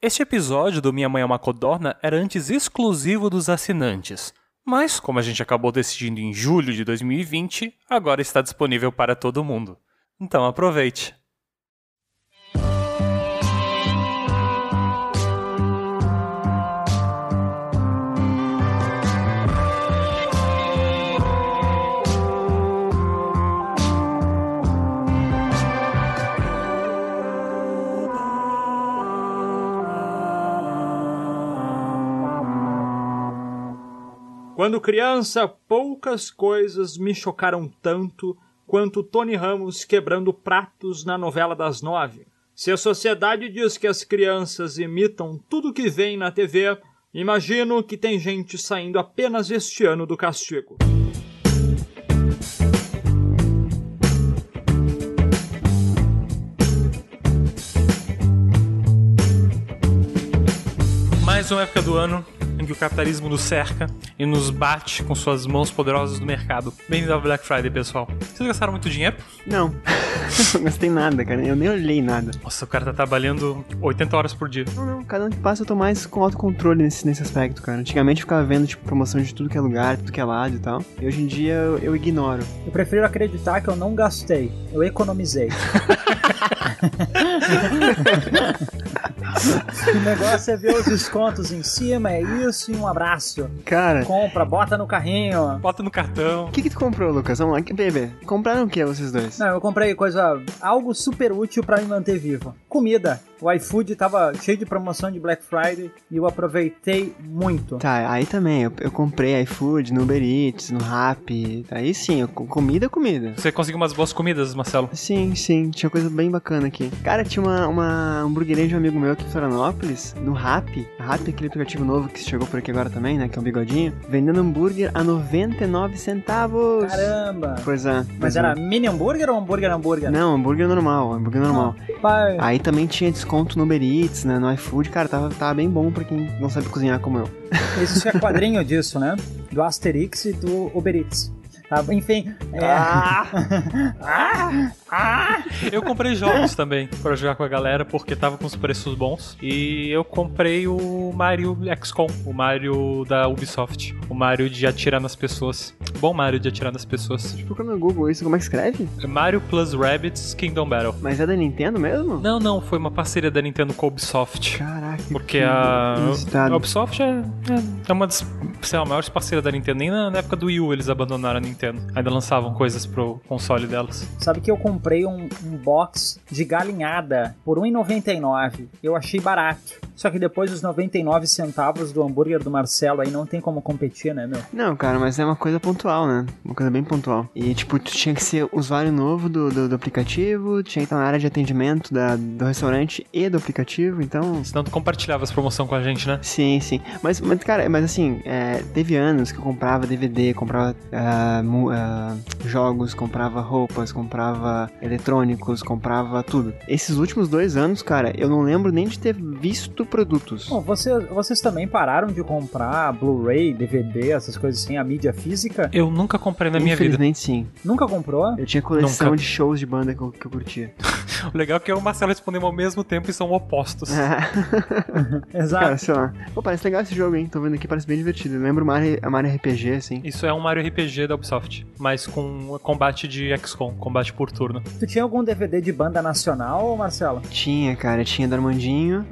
Este episódio do Minha Mãe é uma Codorna era antes exclusivo dos assinantes, mas, como a gente acabou decidindo em julho de 2020, agora está disponível para todo mundo. Então aproveite! Quando criança, poucas coisas me chocaram tanto quanto Tony Ramos quebrando pratos na novela das nove. Se a sociedade diz que as crianças imitam tudo que vem na TV, imagino que tem gente saindo apenas este ano do castigo. Mais uma época do ano em que o capitalismo nos cerca e nos bate com suas mãos poderosas do mercado. Bem-vindo ao Black Friday, pessoal. Vocês gastaram muito dinheiro? Não. não gastei nada, cara. Eu nem olhei nada. Nossa, o cara tá trabalhando 80 horas por dia. Não, não. Cada ano que passa eu tô mais com autocontrole nesse, nesse aspecto, cara. Antigamente eu ficava vendo, tipo, promoção de tudo que é lugar, tudo que é lado e tal. E hoje em dia eu, eu ignoro. Eu prefiro acreditar que eu não gastei, eu economizei. o negócio é ver os descontos em cima, é isso e um abraço. Cara, Compra, bota no carrinho. Bota no cartão. o que que tu comprou, Lucas? Vamos lá, que- bebê. Compraram o que vocês dois? Não, eu comprei coisa, algo super útil pra me manter vivo. Comida. O iFood tava cheio de promoção de Black Friday e eu aproveitei muito. Tá, aí também. Eu, eu comprei iFood, no Uber Eats, no Rap. Aí sim, eu, comida é comida. Você conseguiu umas boas comidas, Marcelo? Sim, sim, tinha coisa bem bacana aqui. Cara, tinha uma, uma hamburgueria de um amigo meu aqui em Florianópolis, no Rap. Rap é aquele aplicativo novo que chegou por aqui agora também, né? Que é o Bigodinho. Vendendo hambúrguer a 99 centavos. Caramba. Pois é. Mas era mini hambúrguer ou hambúrguer hambúrguer? Não, hambúrguer normal, hambúrguer normal. Ah, Pai, Aí também tinha desconto no Uber Eats, né? No iFood, cara, tava, tava bem bom pra quem não sabe cozinhar como eu. existia é quadrinho disso, né? Do Asterix e do Uber Eats. Tá, enfim, é, Eu comprei jogos também pra jogar com a galera porque tava com os preços bons. E eu comprei o Mario XCOM, o Mario da Ubisoft, o Mario de atirar nas pessoas. Bom Mario de atirar nas pessoas. Procura no Google isso, como é que escreve? É Mario plus Rabbids Kingdom Battle. Mas é da Nintendo mesmo? Não, não, foi uma parceria da Nintendo com a Ubisoft. Caraca. Porque que a, inusitado. a Ubisoft é, é- é uma das sei lá, maiores parceiras da Nintendo. Nem na, na época do Wii U eles abandonaram a Nintendo. Ainda lançavam coisas pro console delas. Sabe que eu comprei um, um box de galinhada por R$1,99. Eu achei barato. Só que depois os 99 centavos do hambúrguer do Marcelo aí não tem como competir, né, meu? Não, cara, mas é uma coisa pontual, né? Uma coisa bem pontual. E, tipo, tu tinha que ser usuário novo do, do, do aplicativo, tinha que estar na área de atendimento da, do restaurante e do aplicativo, então. Senão tu compartilhava as promoções com a gente, né? Sim, sim. Mas, mas cara, mas assim, é, teve anos que eu comprava DVD, comprava ah, mu- ah, jogos, comprava roupas, comprava eletrônicos, comprava tudo. Esses últimos dois anos, cara, eu não lembro nem de ter visto produtos. Bom, você- vocês também pararam de comprar Blu-ray, DVD, essas coisas assim, a mídia física? Eu nunca comprei na minha vida. Infelizmente, sim. Nunca comprou? Eu tinha coleção Nunca. de shows de banda que eu, que eu curtia. O legal é que eu e o Marcelo respondemos ao mesmo tempo e são opostos. É. Cara, Exato. sei lá. Pô, parece legal esse jogo, hein? Tô vendo aqui, parece bem divertido. Eu lembro Mario, a Mario RPG, assim. Isso é um Mario RPG da Ubisoft, mas com combate de XCOM, combate por turno. Tu tinha algum DVD de banda nacional, Marcelo? Tinha, cara. Tinha do Armandinho.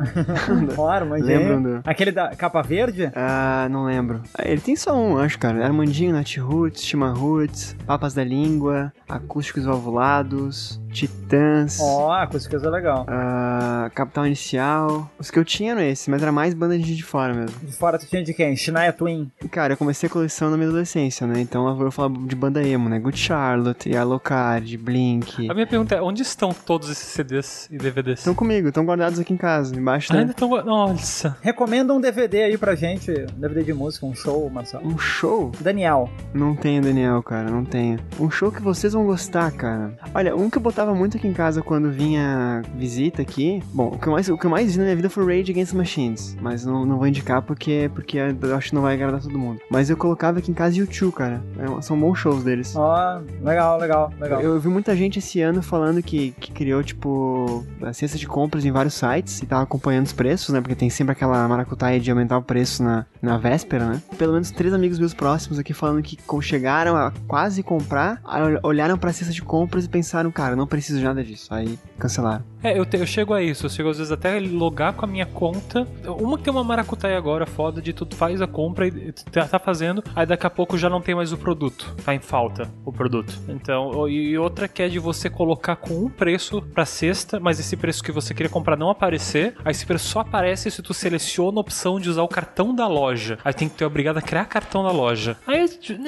Claro, mas Lembram é. do- Aquele da capa verde? Ah, não lembro. Ah, Ele tem só um, acho, cara. Armandinho, Nat Roots, Chima Roots, Papas da Língua, Acústicos Valvulados, Titãs, Ó, oh, coisa coisa legal. ah, Capital Inicial. Os que eu tinha eram esses, mas era mais banda de gente de fora mesmo. De fora tu tinha de quem? Shania Twin. Cara, eu comecei a coleção na minha adolescência, né? Então eu vou falar de banda emo, né? Good Charlotte, Alocard, Blink. A minha pergunta é, onde estão todos esses CDs e DVDs? Estão comigo, estão guardados aqui em casa, embaixo da... Ainda estão... Nossa. Recomenda um DVD aí pra gente. Um DVD de música, um show, Marcelo. Um show? Daniel, Não tenho, Daniel, cara, não tenho. Um show que vocês vão gostar, cara. Olha, um que eu botava muito aqui em casa quando vinha visita aqui. Bom, o que eu mais, o que eu mais vi na minha vida foi Rage Against the Machines. Mas não, não vou indicar porque, porque eu acho que não vai agradar todo mundo. Mas eu colocava aqui em casa YouTube, cara. É um- são bons shows deles. Ó, legal, legal, legal. Eu, eu vi muita gente esse ano falando que, que criou, tipo, a cesta de compras em vários sites e tava acompanhando os preços, preços, né? Porque tem sempre aquela maracutaia de aumentar o preço na, na véspera, né? Pelo menos três amigos meus próximos aqui falando que co- chegaram a quase comprar, a- olharam pra cesta de compras e pensaram, cara, não preciso de nada disso. Aí cancelaram. É, eu, te- eu chego a isso. Eu chego às vezes até a logar com a minha conta. Uma que tem uma maracutaia agora foda de tu faz a compra e tu tá tá fazendo, aí daqui a pouco já não tem mais o produto. Tá em falta o produto. Então, o- e outra que é de você colocar com um preço pra cesta, mas esse preço que você queria comprar não aparecer. Aí esse preço só aparece se tu seleciona a opção de usar o cartão da loja. Aí tem que ter obrigado a criar cartão da loja. Aí. né, t-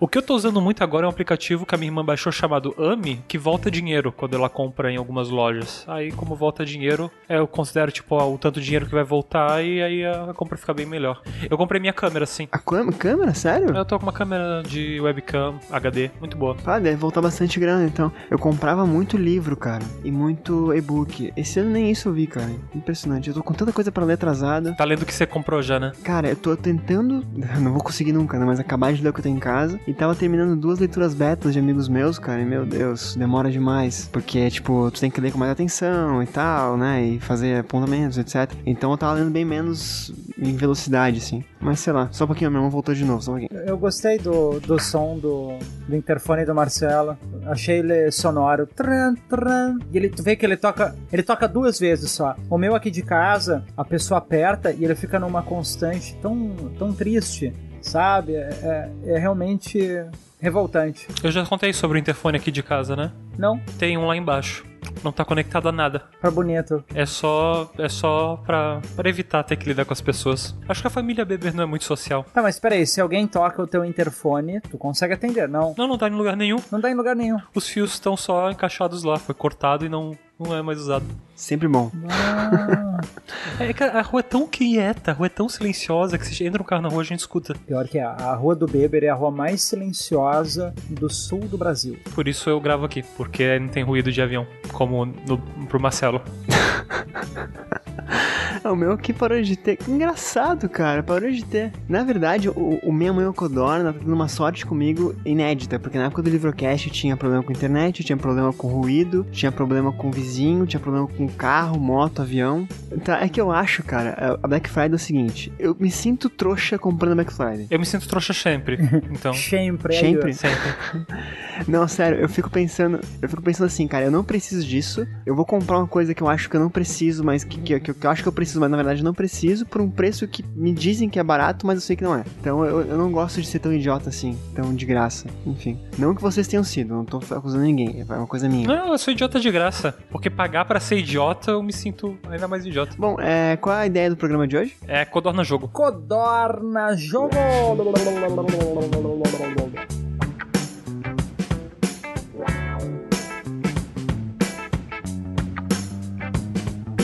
O que eu tô usando muito agora é um aplicativo que a minha irmã baixou chamado Ami, que volta dinheiro quando ela compra em algumas lojas. Aí, como volta dinheiro, é, eu considero, tipo, ó, o tanto de dinheiro que vai voltar e aí a compra fica bem melhor. Eu comprei minha câmera, assim. A cam- câmera? Sério? Eu tô com uma câmera de webcam HD, muito boa. Ah, deve voltar bastante grana, então. Eu comprava muito livro, cara, e muito e-book. Esse ano nem isso eu vi, cara. Impressionante. Eu tô com tanta coisa pra ler atrasada. Tá lendo o que você comprou já, né? Cara, eu tô tentando. Não vou conseguir nunca, né? Mas acabar de ler o que eu tenho em casa. E tava terminando duas leituras betas de amigos meus, cara. E meu Deus, demora demais. Porque, tipo, tu tem que ler com mais atenção e tal, né? E fazer apontamentos, etc. Então eu tava lendo bem menos em velocidade, assim. Mas sei lá, só um pouquinho, meu irmão voltou de novo, só um pouquinho. Eu gostei do, do som do, do interfone do Marcelo. Achei ele sonoro. Tran, tran. E ele, tu vê que ele toca. Ele toca duas vezes só. O meu aqui de casa, a pessoa aperta e ele fica numa constante tão, tão triste, sabe? É, é- é realmente revoltante. Eu já contei sobre o interfone aqui de casa, né? Não, Tem um lá embaixo. Não tá conectado a nada. pra bonito. É só. É só pra, pra evitar ter que lidar com as pessoas. Acho que a família Beber não é muito social. Tá, mas peraí, se alguém toca o teu interfone, tu consegue atender? Não. Não, não tá em lugar nenhum. Não dá em lugar nenhum. Os fios estão só encaixados lá, foi cortado e não, não é mais usado. Sempre bom. Ah, É, cara, a rua é tão quieta, a rua é tão silenciosa que você entra um carro na rua e a gente escuta. pior que a, a rua do Beber é a rua mais silenciosa do sul do Brasil. Por isso eu gravo aqui, porque não tem ruído de avião, como no, pro Marcelo. Ah, o meu aqui parou de ter. Que Engraçado, cara, parou de ter. Na verdade, o, o Minha Mãe é uma Codorna tá tendo uma sorte comigo inédita, porque na época do Livrocast eu tinha problema com internet, eu tinha problema com ruído, tinha problema com vizinho, tinha problema com carro, moto, avião. Tá, é que eu acho, cara, a Black Friday é o seguinte, eu me sinto trouxa comprando a Black Friday. Eu me sinto trouxa sempre, então. Sempre. aí, Sempre. sempre. Não, sério, eu fico pensando, eu fico pensando assim, cara, eu não preciso disso. Eu vou comprar uma coisa que eu acho que eu não preciso, mas que, que, que eu acho que eu preciso, mas na verdade eu não preciso, por um preço que me dizem que é barato, mas eu sei que não é. Então eu, eu não gosto de ser tão idiota assim, tão de graça. Enfim. Não que vocês tenham sido, não tô acusando ninguém, é uma coisa minha. Não, eu sou idiota de graça, porque pagar pra ser idiota eu me sinto ainda mais idiota. Bom, é, qual é a ideia do programa de hoje? É codorna jogo. Codorna jogo!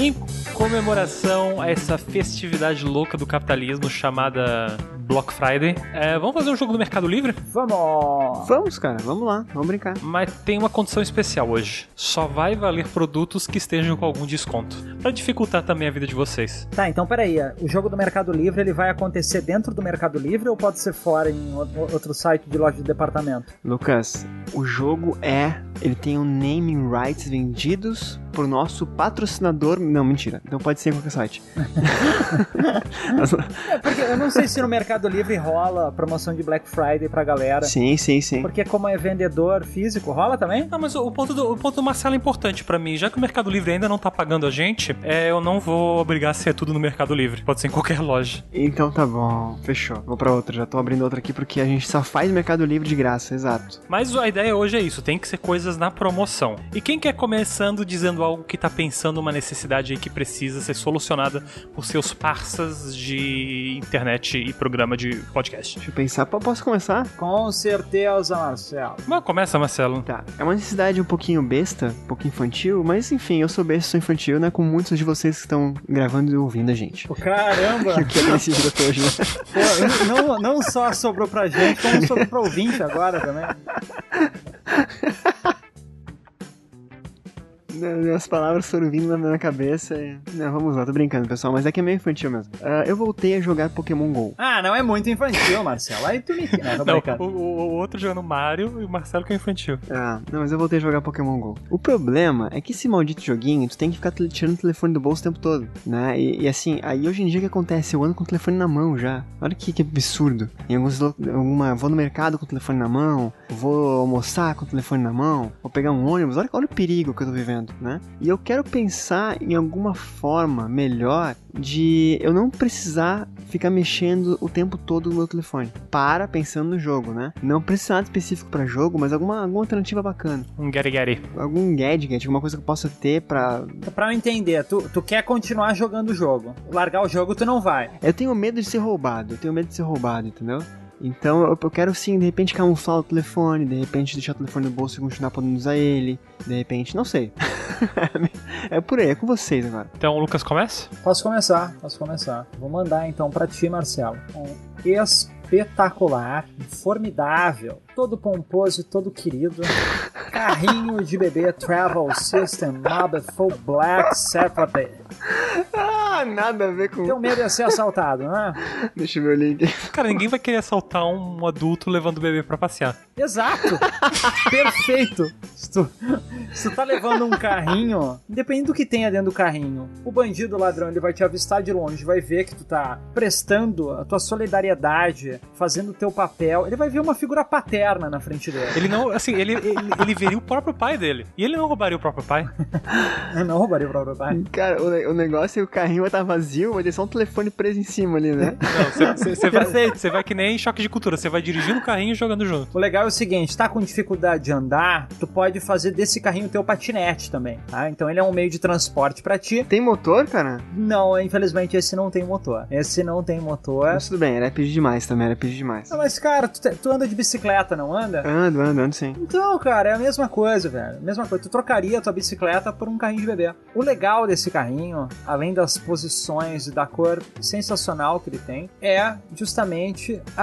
Em comemoração a essa festividade louca do capitalismo chamada Block Friday, é, vamos fazer um jogo do Mercado Livre? Vamos! Vamos, cara, vamos lá, vamos brincar. Mas tem uma condição especial hoje. Só vai valer produtos que estejam com algum desconto. Pra dificultar também a vida de vocês. Tá, então peraí, o jogo do Mercado Livre ele vai acontecer dentro do Mercado Livre ou pode ser fora em o- outro site de loja de departamento? Lucas, o jogo é. Ele tem um naming rights vendidos por nosso patrocinador. Não, mentira. Então pode ser em qualquer site. É, porque eu não sei se no Mercado Livre rola promoção de Black Friday pra galera. sim, sim, sim. Porque como é vendedor físico, rola também? Não, Ah, mas o o ponto do, o ponto do Marcelo é importante pra mim. Já que o Mercado Livre ainda não tá pagando a gente, é, eu não vou obrigar a ser tudo no Mercado Livre. Pode ser em qualquer loja. Então tá bom. Fechou. Vou pra outra. Já tô abrindo outra aqui porque a gente só faz Mercado Livre de graça. Exato. Mas a ideia hoje é isso, tem que ser coisas na promoção. E quem quer começando dizendo algo que tá pensando uma necessidade aí que precisa ser solucionada por seus parças de internet e programa de podcast? Deixa eu pensar. P- posso começar? Com certeza, Marcelo. Mas é começa, Marcelo. Tá. É uma necessidade um pouquinho besta, um pouquinho infantil, mas enfim, eu sou besta, sou infantil, né? Com muitos de vocês que estão gravando e ouvindo a gente. Pô, Caramba! O que é preciso até hoje, né? Pô, não, não só sobrou pra gente, como sobrou pra ouvinte agora também. As palavras foram vindo na minha cabeça e... Não, vamos lá, tô brincando, pessoal, mas é que é meio infantil mesmo. Ah, eu voltei a jogar Pokémon GO. Ah, não é muito infantil, Marcelo. Aí tu me. Não, tô Não, Tá brincando. o, o- o outro jogando Mario e o Marcelo que é infantil. Ah, não, mas eu voltei a jogar Pokémon GO. O problema é que esse maldito joguinho, tu tem que ficar tele- tirando o telefone do bolso o tempo todo, né? E, e assim, aí hoje em dia o que acontece? Eu ando com o telefone na mão já. Olha que, que absurdo. Em alguns lo- alguma, vou no mercado com o telefone na mão, vou almoçar com o telefone na mão, vou pegar um ônibus. Olha, olha o perigo que eu tô vivendo, né? E eu quero pensar em alguma forma melhor de eu não precisar ficar mexendo o tempo todo no meu telefone. Para pensando no jogo, né? Não precisa nada específico pra jogo, mas alguma, alguma alternativa bacana. Um Gary Gary. Algum gadget, alguma coisa que eu possa ter pra. Pra eu entender, tu, tu quer continuar jogando o jogo. Largar o jogo tu não vai. Eu tenho medo de ser roubado, eu tenho medo de ser roubado, entendeu? Então eu, eu quero sim, de repente, camuflar o telefone, de repente deixar o telefone no bolso e continuar podendo usar ele, de repente, não sei. é por aí, é com vocês agora. Então o Lucas começa? Posso começar, posso começar. Vou mandar então pra ti, Marcelo. Um espetacular, formidável, todo pomposo e todo querido. Carrinho de bebê Travel System Mob Full Black Saturday. Ah, nada a ver com. Teu medo é ser assaltado, né? Deixa eu ver o link. Cara, ninguém vai querer assaltar um adulto levando o bebê pra passear. Exato! Perfeito! Se tu, se tu tá levando um carrinho, independente do que tenha dentro do carrinho, o bandido o ladrão ele vai te avistar de longe, vai ver que tu tá prestando a tua solidariedade, fazendo o teu papel, ele vai ver uma figura paterna na frente dele. Ele não, assim, ele, ele, ele veria o próprio pai dele. E ele não roubaria o próprio pai. Eu não roubaria o próprio pai. Cara, o, ne- o negócio é que o carrinho vai estar vazio, vai ter só um telefone preso em cima ali, né? Não, você- você você vai, você vai que nem choque de cultura. Você vai dirigindo o carrinho e jogando junto. O legal é o seguinte, tá com dificuldade de andar, tu pode fazer desse carrinho teu patinete também, tá? Então ele é um meio de transporte pra ti. Tem motor, cara? Não, infelizmente esse não tem motor. Esse não tem motor. Mas tudo bem, era pedir demais também, era pedir demais. Ah, mas cara, tu, te- tu anda de bicicleta, não anda? Ando, ando, ando sim. Então, cara, é a mesma coisa, velho. Mesma coisa. Tu trocaria a tua bicicleta por um carrinho de bebê. O legal desse carrinho, além das posições e da cor sensacional que ele tem, é justamente a,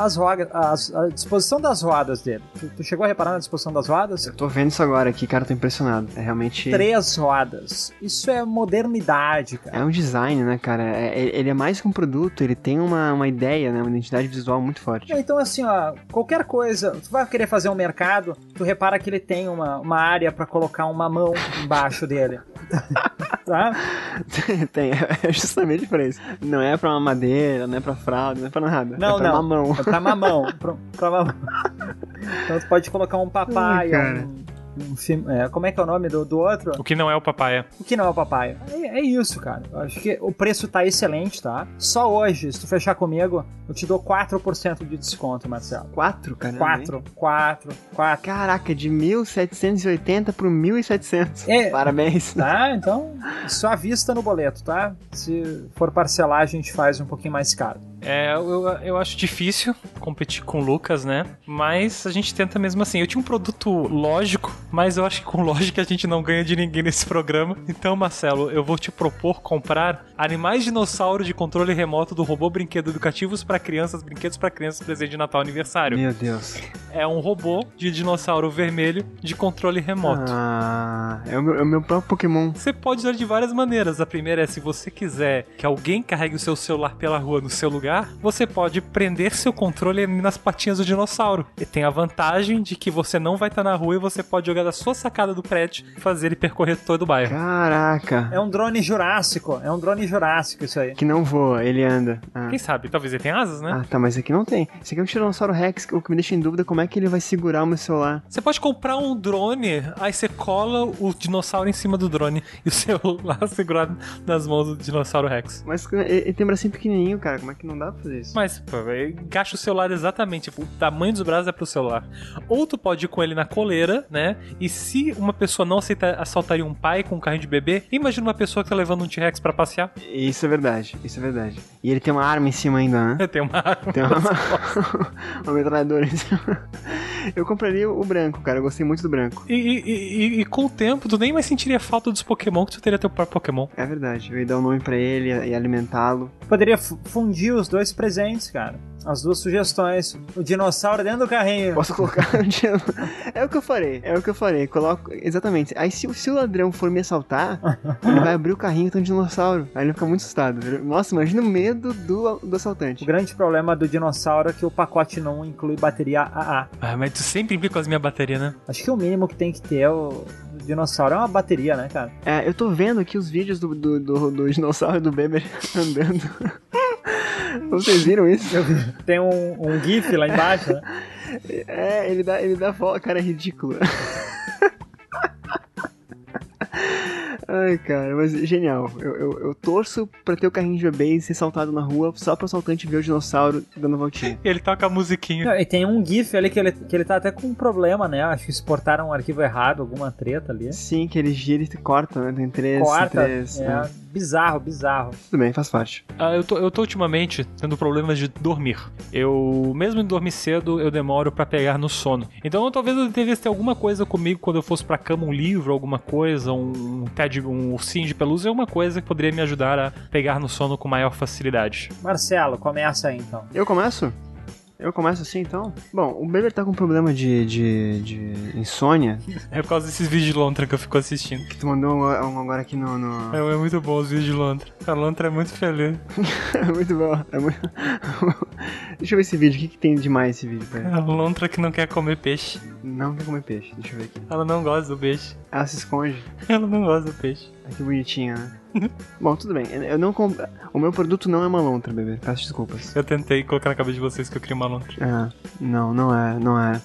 a- as rodas, as- a disposição das rodas dele. Tu, tu chegou a reparar na disposição das rodas? Eu tô vendo isso agora aqui, cara, tô impressionado. É realmente. Três rodas. Isso é modernidade, cara. É um design, né, cara? É- é- ele é mais que um produto, ele tem uma, uma ideia, né? Uma identidade visual muito forte. É, Então, assim, ó, qualquer coisa, tu vai querer fazer um mercado, tu repara que ele tem uma, uma área pra colocar uma mão embaixo dele. tá? tem, é justamente pra isso. Não é pra uma madeira, não é pra fralda, não é pra nada. Não, é pra não. mamão. Pra mamão. Pra, pra mamão. Então tu pode colocar um Ai, papaya, cara. um, um fim- é, como é que é o nome do, do outro? O que não é o papai. O que não é o papaya? É, é isso, cara. Eu acho que o preço tá excelente, tá? Só hoje, se tu fechar comigo, eu te dou 4% de desconto, Marcelo. Quatro, cara. né? 4, 4, 4. Caraca, de 1780 pro 1700. É. Parabéns. Tá? Então, só à vista no boleto, tá? Se for parcelar, a gente faz um pouquinho mais caro. É, eu, eu acho difícil competir com o Lucas, né? Mas a gente tenta mesmo assim. Eu tinha um produto lógico, mas eu acho que com lógica a gente não ganha de ninguém nesse programa. Então, Marcelo, eu vou te propor comprar animais dinossauro de controle remoto do robô Brinquedo Educativos pra Crianças, Brinquedos pra Crianças, presente de Natal Aniversário. Meu Deus. É um robô de dinossauro vermelho de controle remoto. Ah, é o meu, é o meu próprio Pokémon. Você pode usar de várias maneiras. A primeira é se você quiser que alguém carregue o seu celular pela rua no seu lugar, você pode prender seu controle nas patinhas do dinossauro. E tem a vantagem de que você não vai estar na rua e você pode jogar da sua sacada do prédio e fazer ele percorrer todo o bairro. Caraca. É É um drone jurássico, é um drone jurássico isso aí. Que não voa, ele anda. Ah. Quem sabe? Talvez ele tenha asas, né? Ah, tá, mas aqui não tem. Esse aqui é um Tiranossauro Rex, o que me deixa em dúvida é como é que ele vai segurar o meu celular. Você pode comprar um drone, aí você cola o dinossauro em cima do drone e o celular segurado nas mãos do dinossauro Rex. Mas ele ele tem um bracinho pequenininho, cara, como é que não dá pra fazer isso? Mas, pô, ele encaixa o celular exatamente. tipo, o tamanho dos braços é pro celular. Ou tu pode ir com ele na coleira, né? E se uma pessoa não aceita, assaltaria um pai com um carrinho de bebê, imagina uma pessoa que tá levando um T-Rex pra passear. Isso é verdade, isso é verdade. E ele tem uma arma em cima ainda, né? Tem uma arma. Tem uma, uma metralhadora em cima. Eu compraria o branco, cara. Eu gostei muito do branco. E, e- e- e com o tempo, tu nem mais sentiria falta dos Pokémon que tu teria teu próprio Pokémon. É verdade. Eu ia dar um nome pra ele e alimentá-lo. Poderia fu- fundir os dois presentes, cara. As duas sugestões. O dinossauro dentro do carrinho. Posso colocar um dia- É o que eu farei. É o que eu farei. Coloco. Exatamente. Aí se, o- se o ladrão for me assaltar, ele vai abrir o carrinho e tem um dinossauro. Aí ele fica muito assustado. Ele- Nossa, imagina o medo do, do O assaltante. grande problema do dinossauro é que o pacote não inclui bateria AA. Ah, mas tu sempre implica com as minhas baterias, né? Acho que o mínimo que tem que ter o o dinossauro é uma bateria, né, cara? É, eu tô vendo aqui os vídeos do, do, do, do dinossauro do Beber andando. Vocês viram isso? Tem um, um GIF lá embaixo, né? É, ele dá, ele dá volta, cara, é ridículo. Ai, cara, mas genial. Eu, eu, eu torço pra ter o carrinho de bebê e ser saltado na rua só pro assaltante ver o dinossauro dando voltinha. Ele toca a musiquinha. Não, E tem um GIF ali que ele, que ele tá até com um problema, né? Acho que exportaram um arquivo errado, alguma treta ali. Sim, que ele gira e corta, né? Tem três, Quarta. três. é, né? Bizarro, bizarro. Tudo bem, faz parte. Ah, eu, tô, eu tô ultimamente tendo problemas de dormir. Eu, mesmo em dormir cedo, eu demoro pra pegar no sono. Então talvez eu devesse ter alguma coisa comigo quando eu fosse pra cama, um livro, alguma coisa, um, TED, um ursinho de pelúcia, alguma coisa que poderia me ajudar a pegar no sono com maior facilidade. Marcelo, começa aí então. Eu começo? Eu começo assim, então? Bom, o Beber tá com problema de, de, de insônia, É por causa desses vídeos de lontra que eu fico assistindo. que tu mandou um um agora aqui no... no- É, é muito bom os vídeos de lontra. A lontra é muito feliz. É muito bom. É muito... Deixa eu ver esse vídeo. O que, que tem demais esse vídeo, peraí? É A lontra que não quer comer peixe. Não quer comer peixe. Deixa eu ver aqui. Ela não gosta do peixe. Ela se esconde. Ela não gosta do peixe. Ah, que bonitinha, né? bom, tudo bem. Eu não comp... O meu produto não é uma lontra, bebê. Peço desculpas. Eu tentei colocar na cabeça de vocês que eu queria uma lontra. Ah, não, não é, não é.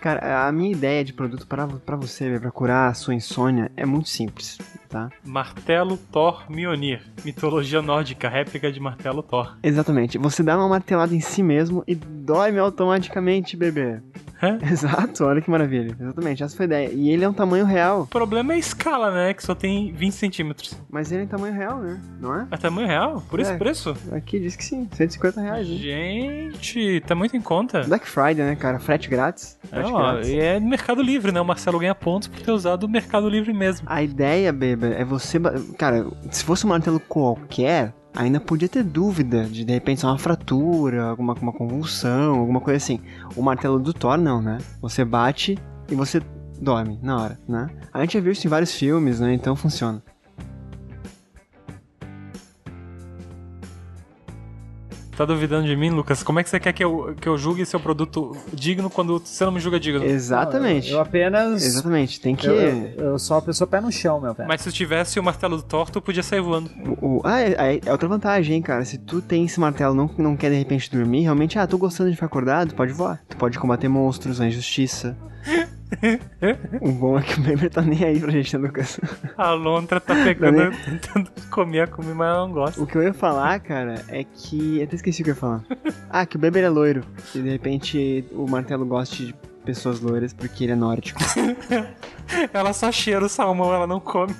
Cara, a minha ideia de produto para, vo- para você, bebê, pra curar a sua insônia, é muito simples, tá? Martelo Thor Mjolnir. Mitologia nórdica, réplica de martelo Thor. Exatamente. Você dá uma martelada em si mesmo e dorme automaticamente, bebê. Hã? Exato, olha que maravilha. Exatamente, essa foi a ideia. E ele é um tamanho real. O problema é a escala, né? Que só tem 20 centímetros. Mas ele é em tamanho real, né? Não é? É tamanho real? Por esse É. preço? Aqui diz que sim, 150 reais. né? Hein? Gente, tá muito em conta. Black Friday, né, cara? Frete grátis. Frete É, ó, grátis. e é Mercado Livre, né? O Marcelo ganha pontos por ter usado o Mercado Livre mesmo. A ideia, Beba, é você. ba- Cara, se fosse um martelo qualquer, ainda podia ter dúvida de de repente ser uma fratura, alguma uma convulsão, alguma coisa assim. O martelo do Thor, não, né? Você bate e você dorme na hora, né? A gente já viu isso em vários filmes, né? Então funciona. Tá duvidando de mim, Lucas? Como é que você quer que eu, que eu julgue seu produto digno quando você não me julga digno? Exatamente. Eu, eu apenas. Exatamente, tem que. Eu, eu- eu sou uma pessoa pé no chão, meu velho. Mas se tivesse o martelo do Thor, tu podia sair voando. O- o- ah, é, é- é outra vantagem, hein, cara. Se tu tem esse martelo não não quer de repente dormir, realmente, ah, tô gostando de ficar acordado, pode voar. Tu pode combater monstros, a injustiça. o bom é que o Beber tá nem aí pra gente, né, Lucas? A lontra tá pegando, tentando comer a comida, mas ela não gosta. O que eu ia falar, cara, é que. Eu até esqueci o que eu ia falar. Ah, que o Beber é loiro. E de repente o martelo gosta de pessoas loiras porque ele é nórdico. Ela só cheira o salmão, ela não come.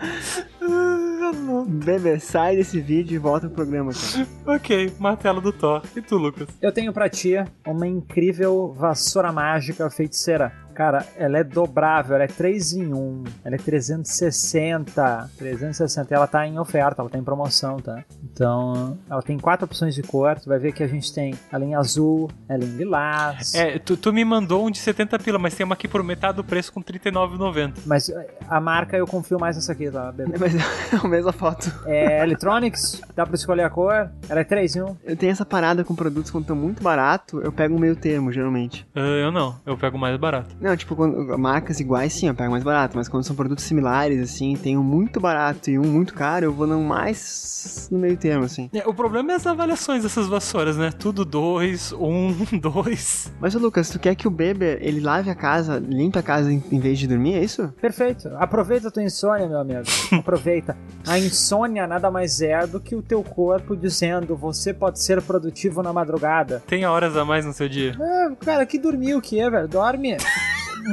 Ah, não. Beber, sai desse vídeo e volta pro programa, cara. ok, martelo do Thor. E tu, Lucas? Eu tenho pra ti uma incrível vassoura mágica feiticeira. Cara, ela é dobrável, ela é 3 em 1, ela é 360, 360, ela tá em oferta, ela tá em promoção, tá? Então, ela tem quatro opções de cor, tu vai ver que a gente tem ela em azul, ela em lilás, É, tu, tu me mandou um de 70 pila, mas tem uma aqui por metade do preço com 39,90. mas a marca eu confio mais nessa aqui, tá? bebê? Mas é a mesma foto. É Electronics, dá pra escolher a cor, ela é 3 em 1. Eu tenho essa parada com produtos quando estão muito barato, eu pego um meio termo, geralmente. Ah, eu não, eu pego o mais barato. Não, tipo, quando, marcas iguais, sim, eu pego mais barato. Mas quando são produtos similares, assim, tem um muito barato e um muito caro, eu vou no mais no meio termo, assim. É, o problema é as avaliações dessas vassouras, né? Tudo dois, um, dois. Mas, ô Lucas, tu quer que o Beber, ele lave a casa, limpe a casa em, em vez de dormir, é isso? Perfeito. Aproveita a tua insônia, meu amigo. Aproveita. A insônia nada mais é do que o teu corpo dizendo você pode ser produtivo na madrugada. Tem horas a mais no seu dia. Ah, cara, que dormiu o que é, velho? Dorme.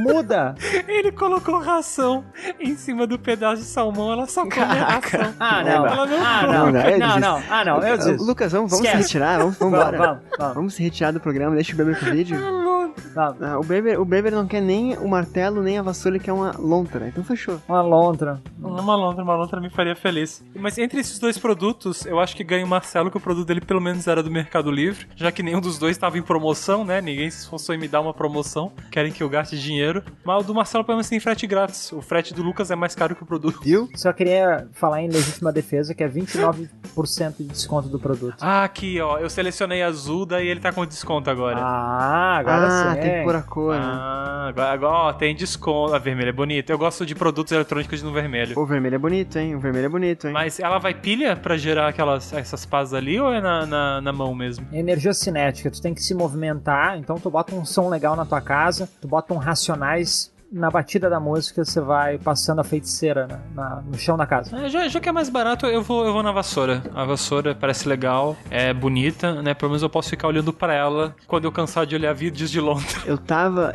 Muda. Ele colocou ração em cima do pedaço de salmão, ela só come a ração. Ah, não. Ela não Ah, Não não. dá, eu Não, desisto. não. Ah, não. Eu Ô, desisto. Lucas, vamos, vamos se Esquece. retirar, vamos, vamos Vamos, embora. vamos, vamos. Vamos se retirar do programa, deixa o Beber pro vídeo. Alô, Tá, Ah, o, Braver, o Braver não quer nem o martelo, nem a vassoura, ele quer uma lontra. Então fechou. uma lontra. Uma lontra, uma lontra me faria feliz. Mas entre esses dois produtos, eu acho que ganha o Marcelo, que o produto dele pelo menos era do Mercado Livre, já que nenhum dos dois estava em promoção, né? Ninguém se esforçou em me dar uma promoção, querem que eu gaste dinheiro. Mas o do Marcelo pelo menos tem frete grátis. O frete do Lucas é mais caro que o produto. Viu? Só queria falar em legítima defesa, que é 29% de desconto do produto. Ah, aqui, ó. Eu selecionei azul, daí ele tá com desconto agora. Ah, agora ah, sim. tem que pôr a cor, né? Ah, agora, agora, ó, tem desconto. A vermelha é bonita. Eu gosto de produtos eletrônicos no vermelho. O vermelho é bonito, hein? O vermelho é bonito, hein? Mas ela vai pilha pra gerar aquelas essas pás ali ou é na, na, na mão mesmo? É Energia cinética, tu tem que se movimentar, então tu bota um som legal na tua casa, tu bota um Racionais, na batida da música você vai passando a feiticeira né, na- no chão da casa. É, Já, já que é mais barato, eu vou, eu vou na vassoura. A vassoura parece legal, é bonita, né? Pelo menos eu posso ficar olhando pra ela quando eu cansar de olhar vídeos de Londres. Eu tava.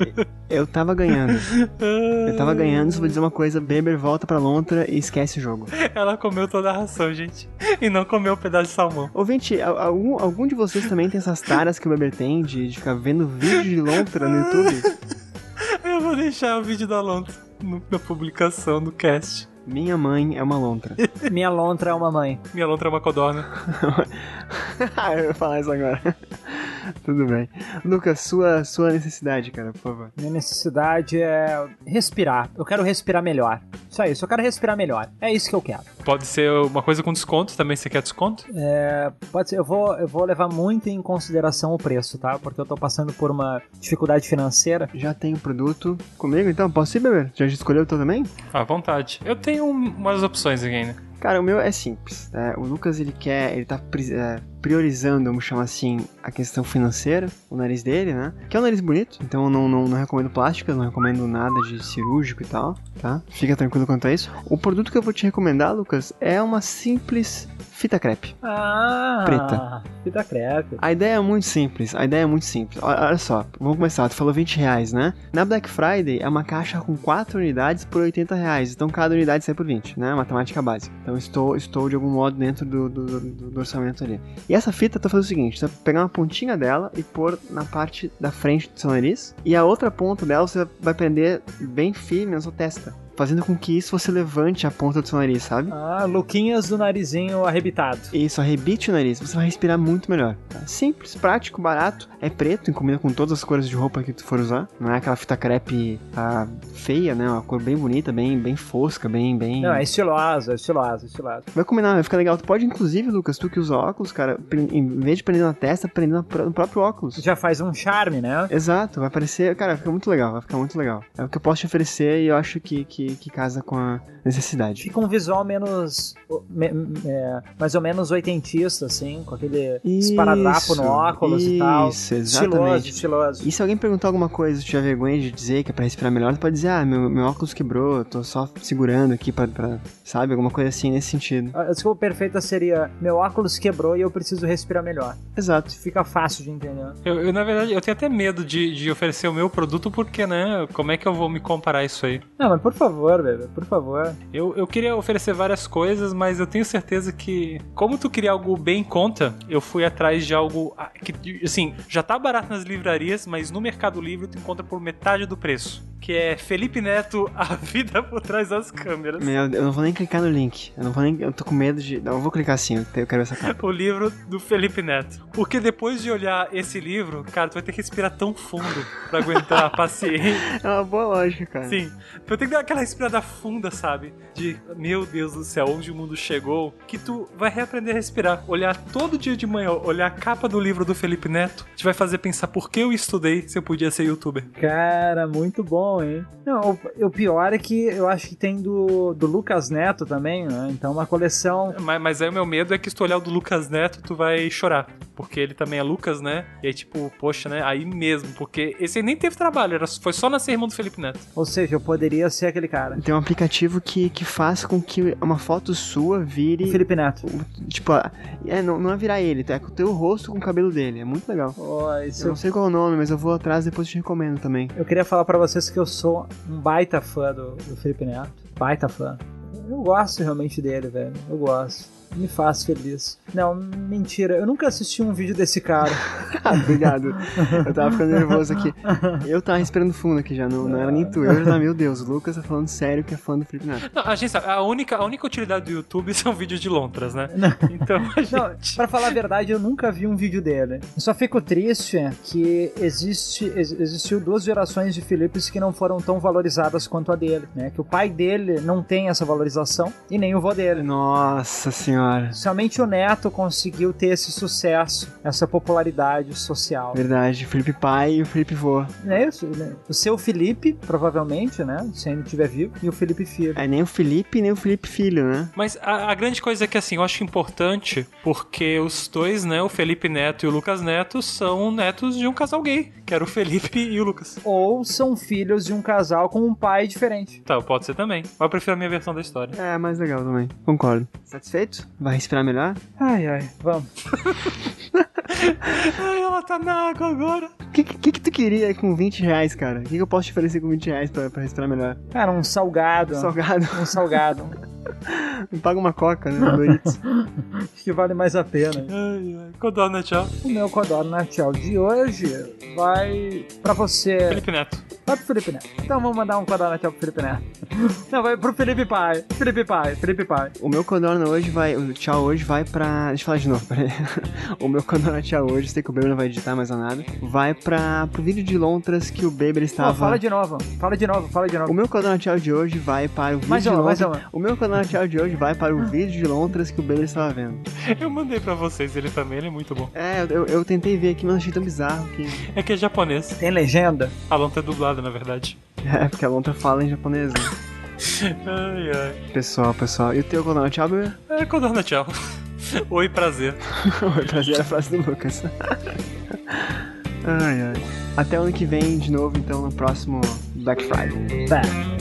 Eu tava ganhando. Eu tava ganhando, só vou dizer uma coisa: Beber volta pra Lontra e esquece o jogo. Ela comeu toda a ração, gente. E não comeu um pedaço de salmão. Ouvinte, al- algum, algum de vocês também tem essas taras que o Beber tem de, de ficar vendo vídeo de Lontra no YouTube? Eu vou deixar o vídeo da Londres no- na publicação do cast. Minha mãe é uma Lontra. Minha lontra é uma mãe. Minha lontra é uma codorna. Ah, eu ia falar isso agora. Tudo bem. Lucas, sua, sua necessidade, cara, por favor. Minha necessidade é respirar. Eu quero respirar melhor. Só isso, eu quero respirar melhor. É isso que eu quero. Pode ser uma coisa com desconto também, você quer desconto? Pode ser, eu vou, eu vou levar muito em consideração o preço, tá? Porque eu tô passando por uma dificuldade financeira. Já tem o produto comigo, então? Posso ir, Beber? Já escolheu o teu também? À vontade. Eu tenho um- umas opções aqui, né? Cara, o meu é simples. né? O Lucas, ele quer, ele tá pri- é, priorizando, vamos chamar assim, a questão financeira, o nariz dele, né? Que é um nariz bonito, então eu não, não, não recomendo plástica, não recomendo nada de cirúrgico e tal, tá? Fica tranquilo quanto a isso. O produto que eu vou te recomendar, Lucas, é uma simples fita crepe. Ah! Preta. Fita crepe. A ideia é muito simples, a ideia é muito simples. Olha, olha só, vamos começar, tu falou 20 reais, né? Na Black Friday é uma caixa com 4 unidades por 80 reais, então cada unidade sai por 20, né? Matemática básica. Então estou, estou de algum modo dentro do, do, do- do orçamento ali. E essa fita tu vai fazer o seguinte, tu vai pegar uma pontinha dela e pôr na parte da frente do seu nariz, e a outra ponta dela você vai prender bem firme na sua testa. Fazendo com que isso você levante a ponta do seu nariz, sabe? Ah, Luquinhas do narizinho arrebitado. Isso, arrebite o nariz, você vai respirar muito melhor. tá? Simples, prático, barato, é preto, e combina com todas as cores de roupa que tu for usar. Não é aquela fita crepe ah, feia, né? Uma cor bem bonita, bem, bem fosca, bem, bem. Não, é estilosa, é estilosa, é estilosa. Vai combinar, vai ficar legal. Tu pode, inclusive, Lucas, tu que usa óculos, cara, pre- em vez de prender na testa, prender na pr- no próprio óculos. Já faz um charme, né? Exato, vai parecer. Cara, fica muito legal, vai ficar muito legal. É o que eu posso te oferecer e eu acho que, que, que casa com a necessidade. Fica um visual menos. me- é, mais ou menos oitentista, assim, com aquele esparadrapo no Isso, óculos e tal. Isso, Estiloso, exatamente. estiloso. E se alguém perguntar alguma coisa e tiver vergonha de dizer que é pra respirar melhor, tu pode dizer, ah, meu, meu óculos quebrou, tô só segurando aqui pra, pra- Sabe? Alguma coisa assim nesse sentido. A desculpa perfeita seria: meu óculos quebrou e eu preciso respirar melhor. Exato. Isso fica fácil de entender. Eu, eu, na verdade, eu tenho até medo de, de oferecer o meu produto, porque, né? Como é que eu vou me comparar a isso aí? Não, mas por favor, bebê, por favor. Eu, eu queria oferecer várias coisas, mas eu tenho certeza que, como tu queria algo bem em conta, eu fui atrás de algo ah, que, assim, já tá barato nas livrarias, mas no Mercado Livre tu encontra por metade do preço. Que é Felipe Neto, a vida por trás das câmeras. Meu, eu não vou nem clicar no link. Eu não vou nem. Eu tô com medo de. Não, eu vou clicar sim, eu te- eu quero essa capa. O livro do Felipe Neto. Porque depois de olhar esse livro, cara, tu vai ter que respirar tão fundo pra aguentar a paciência. É uma boa lógica, cara. Sim. Eu tenho que dar aquela respirada funda, sabe? De, meu Deus do céu, onde o mundo chegou. Que tu vai reaprender a respirar. Olhar todo dia de manhã, olhar a capa do livro do Felipe Neto, te vai fazer pensar por que eu estudei se eu podia ser youtuber. Cara, muito bom, hein? Não, o, o pior é que eu acho que tem do, do Lucas Neto também, né? Então, uma coleção. Mas, mas aí o meu medo é que se tu olhar o do Lucas Neto, tu vai chorar. Porque ele também é Lucas, né? E aí, tipo, poxa, né? Aí mesmo. Porque esse aí nem teve trabalho, era, foi só nascer irmão do Felipe Neto. Ou seja, eu poderia ser aquele cara. Tem um aplicativo que, que faz com que uma foto sua vire. Felipe Neto. Tipo, a- é, não, não é virar ele, é com o teu rosto com o cabelo dele. É muito legal. Ó, isso Eu não sei qual é o nome, mas eu vou atrás depois te recomendo também. Eu queria falar pra vocês que eu sou um baita fã do, do Felipe Neto. Baita fã. Eu gosto realmente dele, velho. Eu gosto. me faz feliz. Não, mentira, eu nunca assisti um vídeo desse cara. Ah, Obrigado. Eu tava ficando nervoso aqui. Eu tava respirando fundo aqui já, não, não era nem tu. Eu já tava, meu Deus, o Lucas tá falando sério que é fã do Felipe Neto. Não, a gente sabe, a única, a única utilidade do YouTube são vídeos de lontras, né? Então, a gente... Não, pra falar a verdade, eu nunca vi um vídeo dele. Eu só fico triste que existe, ex- existiu duas gerações de Filipes que não foram tão valorizadas quanto a dele, né? Que o pai dele não tem essa valorização e nem o vô dele. Nossa senhora. Somente o Neto conseguiu ter esse sucesso, essa popularidade social. Verdade, o Felipe pai e o Felipe vô. Não é isso? né? O seu Felipe, provavelmente, né? Se ainda estiver vivo, e o Felipe Filho. É nem o Felipe nem o Felipe filho, né? Mas a, a grande coisa é que, assim, eu acho importante porque os dois, né, o Felipe Neto e o Lucas Neto, são netos de um casal gay, que era o Felipe e o Lucas. Ou são filhos de um casal com um pai diferente. Tá, pode ser também. Mas eu prefiro a minha versão da história. É, mais legal também. Concordo. Satisfeito? Vai respirar melhor? Ai, ai, vamos. Ai, ela tá na água agora. O que, que, que tu queria com 20 reais, cara? O que, que eu posso te oferecer com 20 reais pra, pra respirar melhor? Cara, um salgado. Salgado. Um salgado. Me paga uma coca, né? um Doritos. Acho que vale mais a pena. Ai, ai. Codona, tchau. O meu Codoro na Tchau de hoje vai pra você. Felipe Neto. Vai pro Felipe Neto. Então vamos mandar um Codoro na Tchau pro Felipe Neto. Não, vai pro Felipe Pai. Felipe Pai, Felipe Pai. O meu Codorna hoje vai. O tchau hoje vai pra. Deixa eu falar de novo, peraí. O meu Codorna tchau hoje, sei que o Beber não vai editar mais ou nada. Vai pra, pro vídeo de Lontras que o Beber Não, estava. fala de novo. Fala de novo, fala de O novo. meu Codorna tchau de hoje vai para o vídeo Mais de uma, mais Lontras. uma. O meu Codorna tchau de hoje vai para o vídeo de Lontras que o Beber estava vendo. Eu mandei pra vocês ele também, ele é muito bom. É, eu, eu- eu tentei ver aqui, mas achei tão bizarro que. É que é japonês. Tem legenda? A lontra é dublada, na verdade. É, porque a Lontra fala em japonês. Né? Ai, ai. Pessoal, pessoal. E o teu Codorna tchau, Beber? É, Codona, tchau. Oi, prazer. Oi, prazer, a frase do Lucas. ai, ai. Até o ano que vem, de novo, então, no próximo Black Friday. Tá.